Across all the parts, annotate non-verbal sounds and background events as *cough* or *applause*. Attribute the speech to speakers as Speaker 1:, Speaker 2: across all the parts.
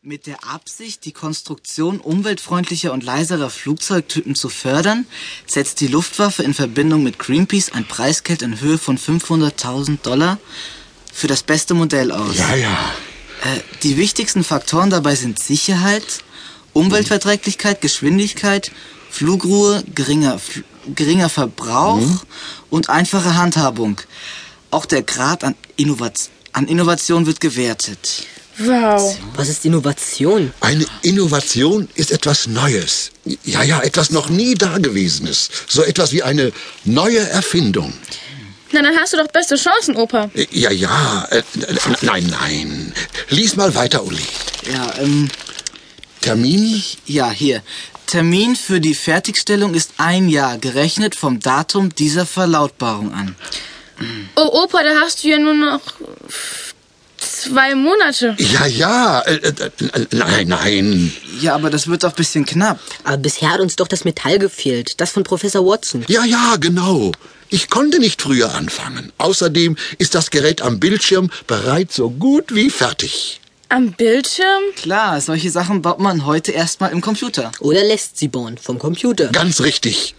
Speaker 1: Mit der Absicht, die Konstruktion umweltfreundlicher und leiserer Flugzeugtypen zu fördern, setzt die Luftwaffe in Verbindung mit Greenpeace ein Preisgeld in Höhe von 500.000 Dollar für das beste Modell aus.
Speaker 2: Ja, ja.
Speaker 1: Äh, die wichtigsten Faktoren dabei sind Sicherheit, Umweltverträglichkeit, Geschwindigkeit, Flugruhe, geringer, Fl- geringer Verbrauch und einfache Handhabung. Auch der Grad an, Innovat an Innovation wird gewertet.
Speaker 3: Wow.
Speaker 4: Was ist Innovation?
Speaker 2: Eine Innovation ist etwas Neues. Ja, ja, etwas noch nie Dagewesenes. So etwas wie eine neue Erfindung.
Speaker 3: Na, dann hast du doch beste Chancen, Opa.
Speaker 2: Äh, Ja, ja. äh, n- Nein, nein. Lies mal weiter, Uli.
Speaker 1: Ja, ähm,
Speaker 2: Termin?
Speaker 1: Ja, hier. Termin für die Fertigstellung ist ein Jahr, gerechnet vom Datum dieser Verlautbarung an.
Speaker 3: Oh, Opa, da hast du ja nur noch zwei Monate.
Speaker 2: Ja, ja. äh, äh, n- Nein, nein.
Speaker 1: Ja, aber das wird doch ein bisschen knapp.
Speaker 4: Aber bisher hat uns doch das Metall gefehlt, das von Professor Watson.
Speaker 2: Ja, ja, genau. Ich konnte nicht früher anfangen. Außerdem ist das Gerät am Bildschirm bereits so gut wie fertig.
Speaker 3: Am Bildschirm?
Speaker 1: Klar, solche Sachen baut man heute erstmal im Computer.
Speaker 4: Oder lässt sie bauen vom Computer.
Speaker 2: Ganz richtig.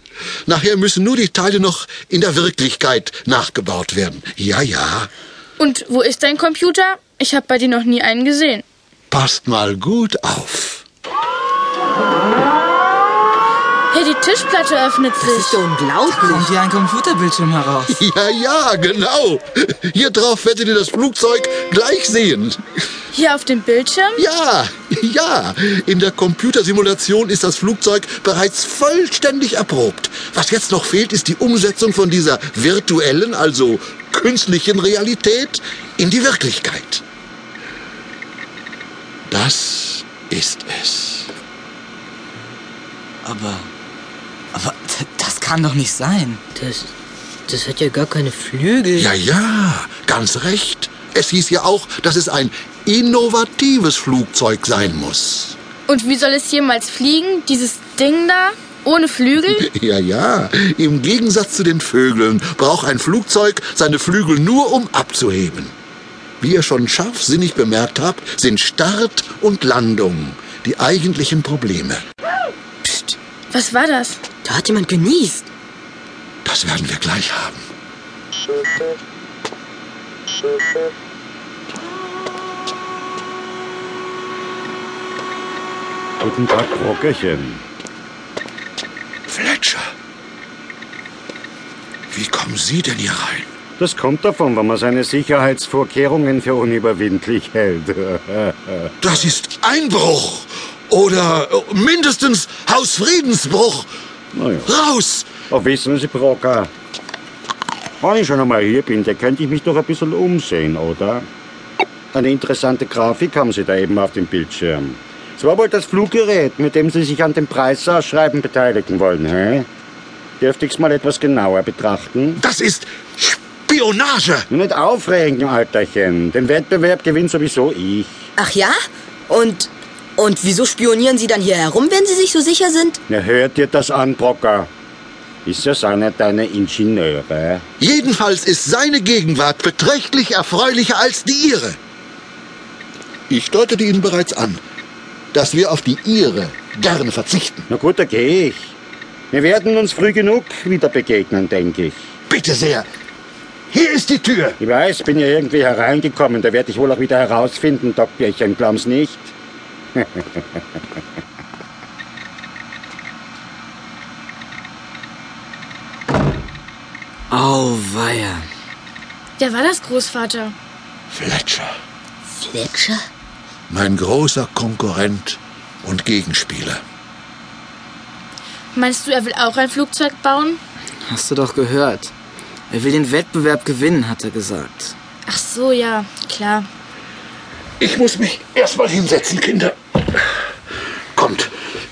Speaker 2: Nachher müssen nur die Teile noch in der Wirklichkeit nachgebaut werden. Ja, ja.
Speaker 3: Und wo ist dein Computer? Ich habe bei dir noch nie einen gesehen.
Speaker 2: Passt mal gut auf. *laughs*
Speaker 3: Hey, die Tischplatte öffnet
Speaker 4: Das ist
Speaker 3: sich.
Speaker 4: ja unglaublich.
Speaker 1: Kommt hier ein Computerbildschirm heraus.
Speaker 2: Ja, ja, genau. Hier drauf werdet ihr das Flugzeug gleich sehen.
Speaker 3: Hier auf dem Bildschirm?
Speaker 2: Ja, ja. In der Computersimulation ist das Flugzeug bereits vollständig erprobt. Was jetzt noch fehlt, ist die Umsetzung von dieser virtuellen, also künstlichen Realität in die Wirklichkeit. Das ist es.
Speaker 1: Aber. Aber d- das kann doch nicht sein.
Speaker 4: Das, das hat ja gar keine Flügel.
Speaker 2: Ja, ja, ganz recht. Es hieß ja auch, dass es ein innovatives Flugzeug sein muss.
Speaker 3: Und wie soll es jemals fliegen? Dieses Ding da? Ohne Flügel?
Speaker 2: *laughs* Ja, ja. Im Gegensatz zu den Vögeln braucht ein Flugzeug seine Flügel nur, um abzuheben. Wie ihr schon scharfsinnig bemerkt habt, sind Start und Landung die eigentlichen Probleme.
Speaker 3: Was war das?
Speaker 4: Da hat jemand genießt.
Speaker 2: Das werden wir gleich haben.
Speaker 5: Guten Tag, Frau Köchin.
Speaker 2: Fletcher. Wie kommen Sie denn hier rein?
Speaker 5: Das kommt davon, wenn man seine Sicherheitsvorkehrungen für unüberwindlich hält. *laughs*
Speaker 2: Das ist Einbruch. Oder äh, mindestens Hausfriedensbruch.
Speaker 5: Na ja.
Speaker 2: Raus!
Speaker 5: Aber wissen Sie, Brocker, wenn ich schon einmal hier bin, da könnte ich mich doch ein bisschen umsehen, oder? Eine interessante Grafik haben Sie da eben auf dem Bildschirm. Es war wohl das Fluggerät, mit dem Sie sich an dem Preisausschreiben beteiligen wollen, hä? Dürfte ich es mal etwas genauer betrachten?
Speaker 2: Das ist Spionage.
Speaker 5: Nur nicht aufregen, Alterchen. Den Wettbewerb gewinnt sowieso ich.
Speaker 4: Ach ja? Und, und wieso spionieren sie dann hier herum, wenn sie sich so sicher sind?
Speaker 5: Na, hört ihr das an, Brocker? Ist das einer deiner Ingenieure?
Speaker 2: Jedenfalls ist seine Gegenwart beträchtlich erfreulicher als die ihre. Ich deutete Ihnen bereits an, dass wir auf die ihre gerne verzichten.
Speaker 5: Na gut, da gehe ich. Wir werden uns früh genug wieder begegnen, denke ich.
Speaker 2: Bitte sehr. Hier ist die Tür.
Speaker 5: Ich weiß, bin ja irgendwie hereingekommen. Da werde ich wohl auch wieder herausfinden, Dogbierchen. Glaubens nicht?
Speaker 1: Auweia.
Speaker 3: Wer war das, Großvater?
Speaker 2: Fletcher,
Speaker 4: Fletcher?
Speaker 2: mein großer Konkurrent und Gegenspieler.
Speaker 3: Meinst du, er will auch ein Flugzeug bauen?
Speaker 1: Hast du doch gehört. Er will den Wettbewerb gewinnen, hat er gesagt.
Speaker 3: Ach so, ja, klar.
Speaker 2: Ich muss mich erstmal hinsetzen, Kinder. Kommt,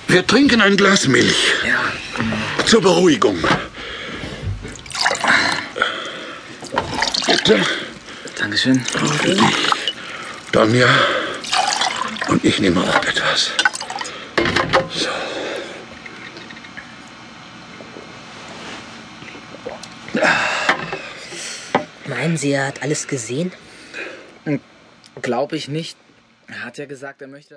Speaker 2: wir trinken ein Glas Milch. Zur Beruhigung. Bitte.
Speaker 1: Dankeschön.
Speaker 2: Dann ja. Und ich nehme auch etwas. So.
Speaker 4: Meinen Sie, er hat alles gesehen?
Speaker 1: Glaub ich nicht. Er hat ja gesagt, er möchte das.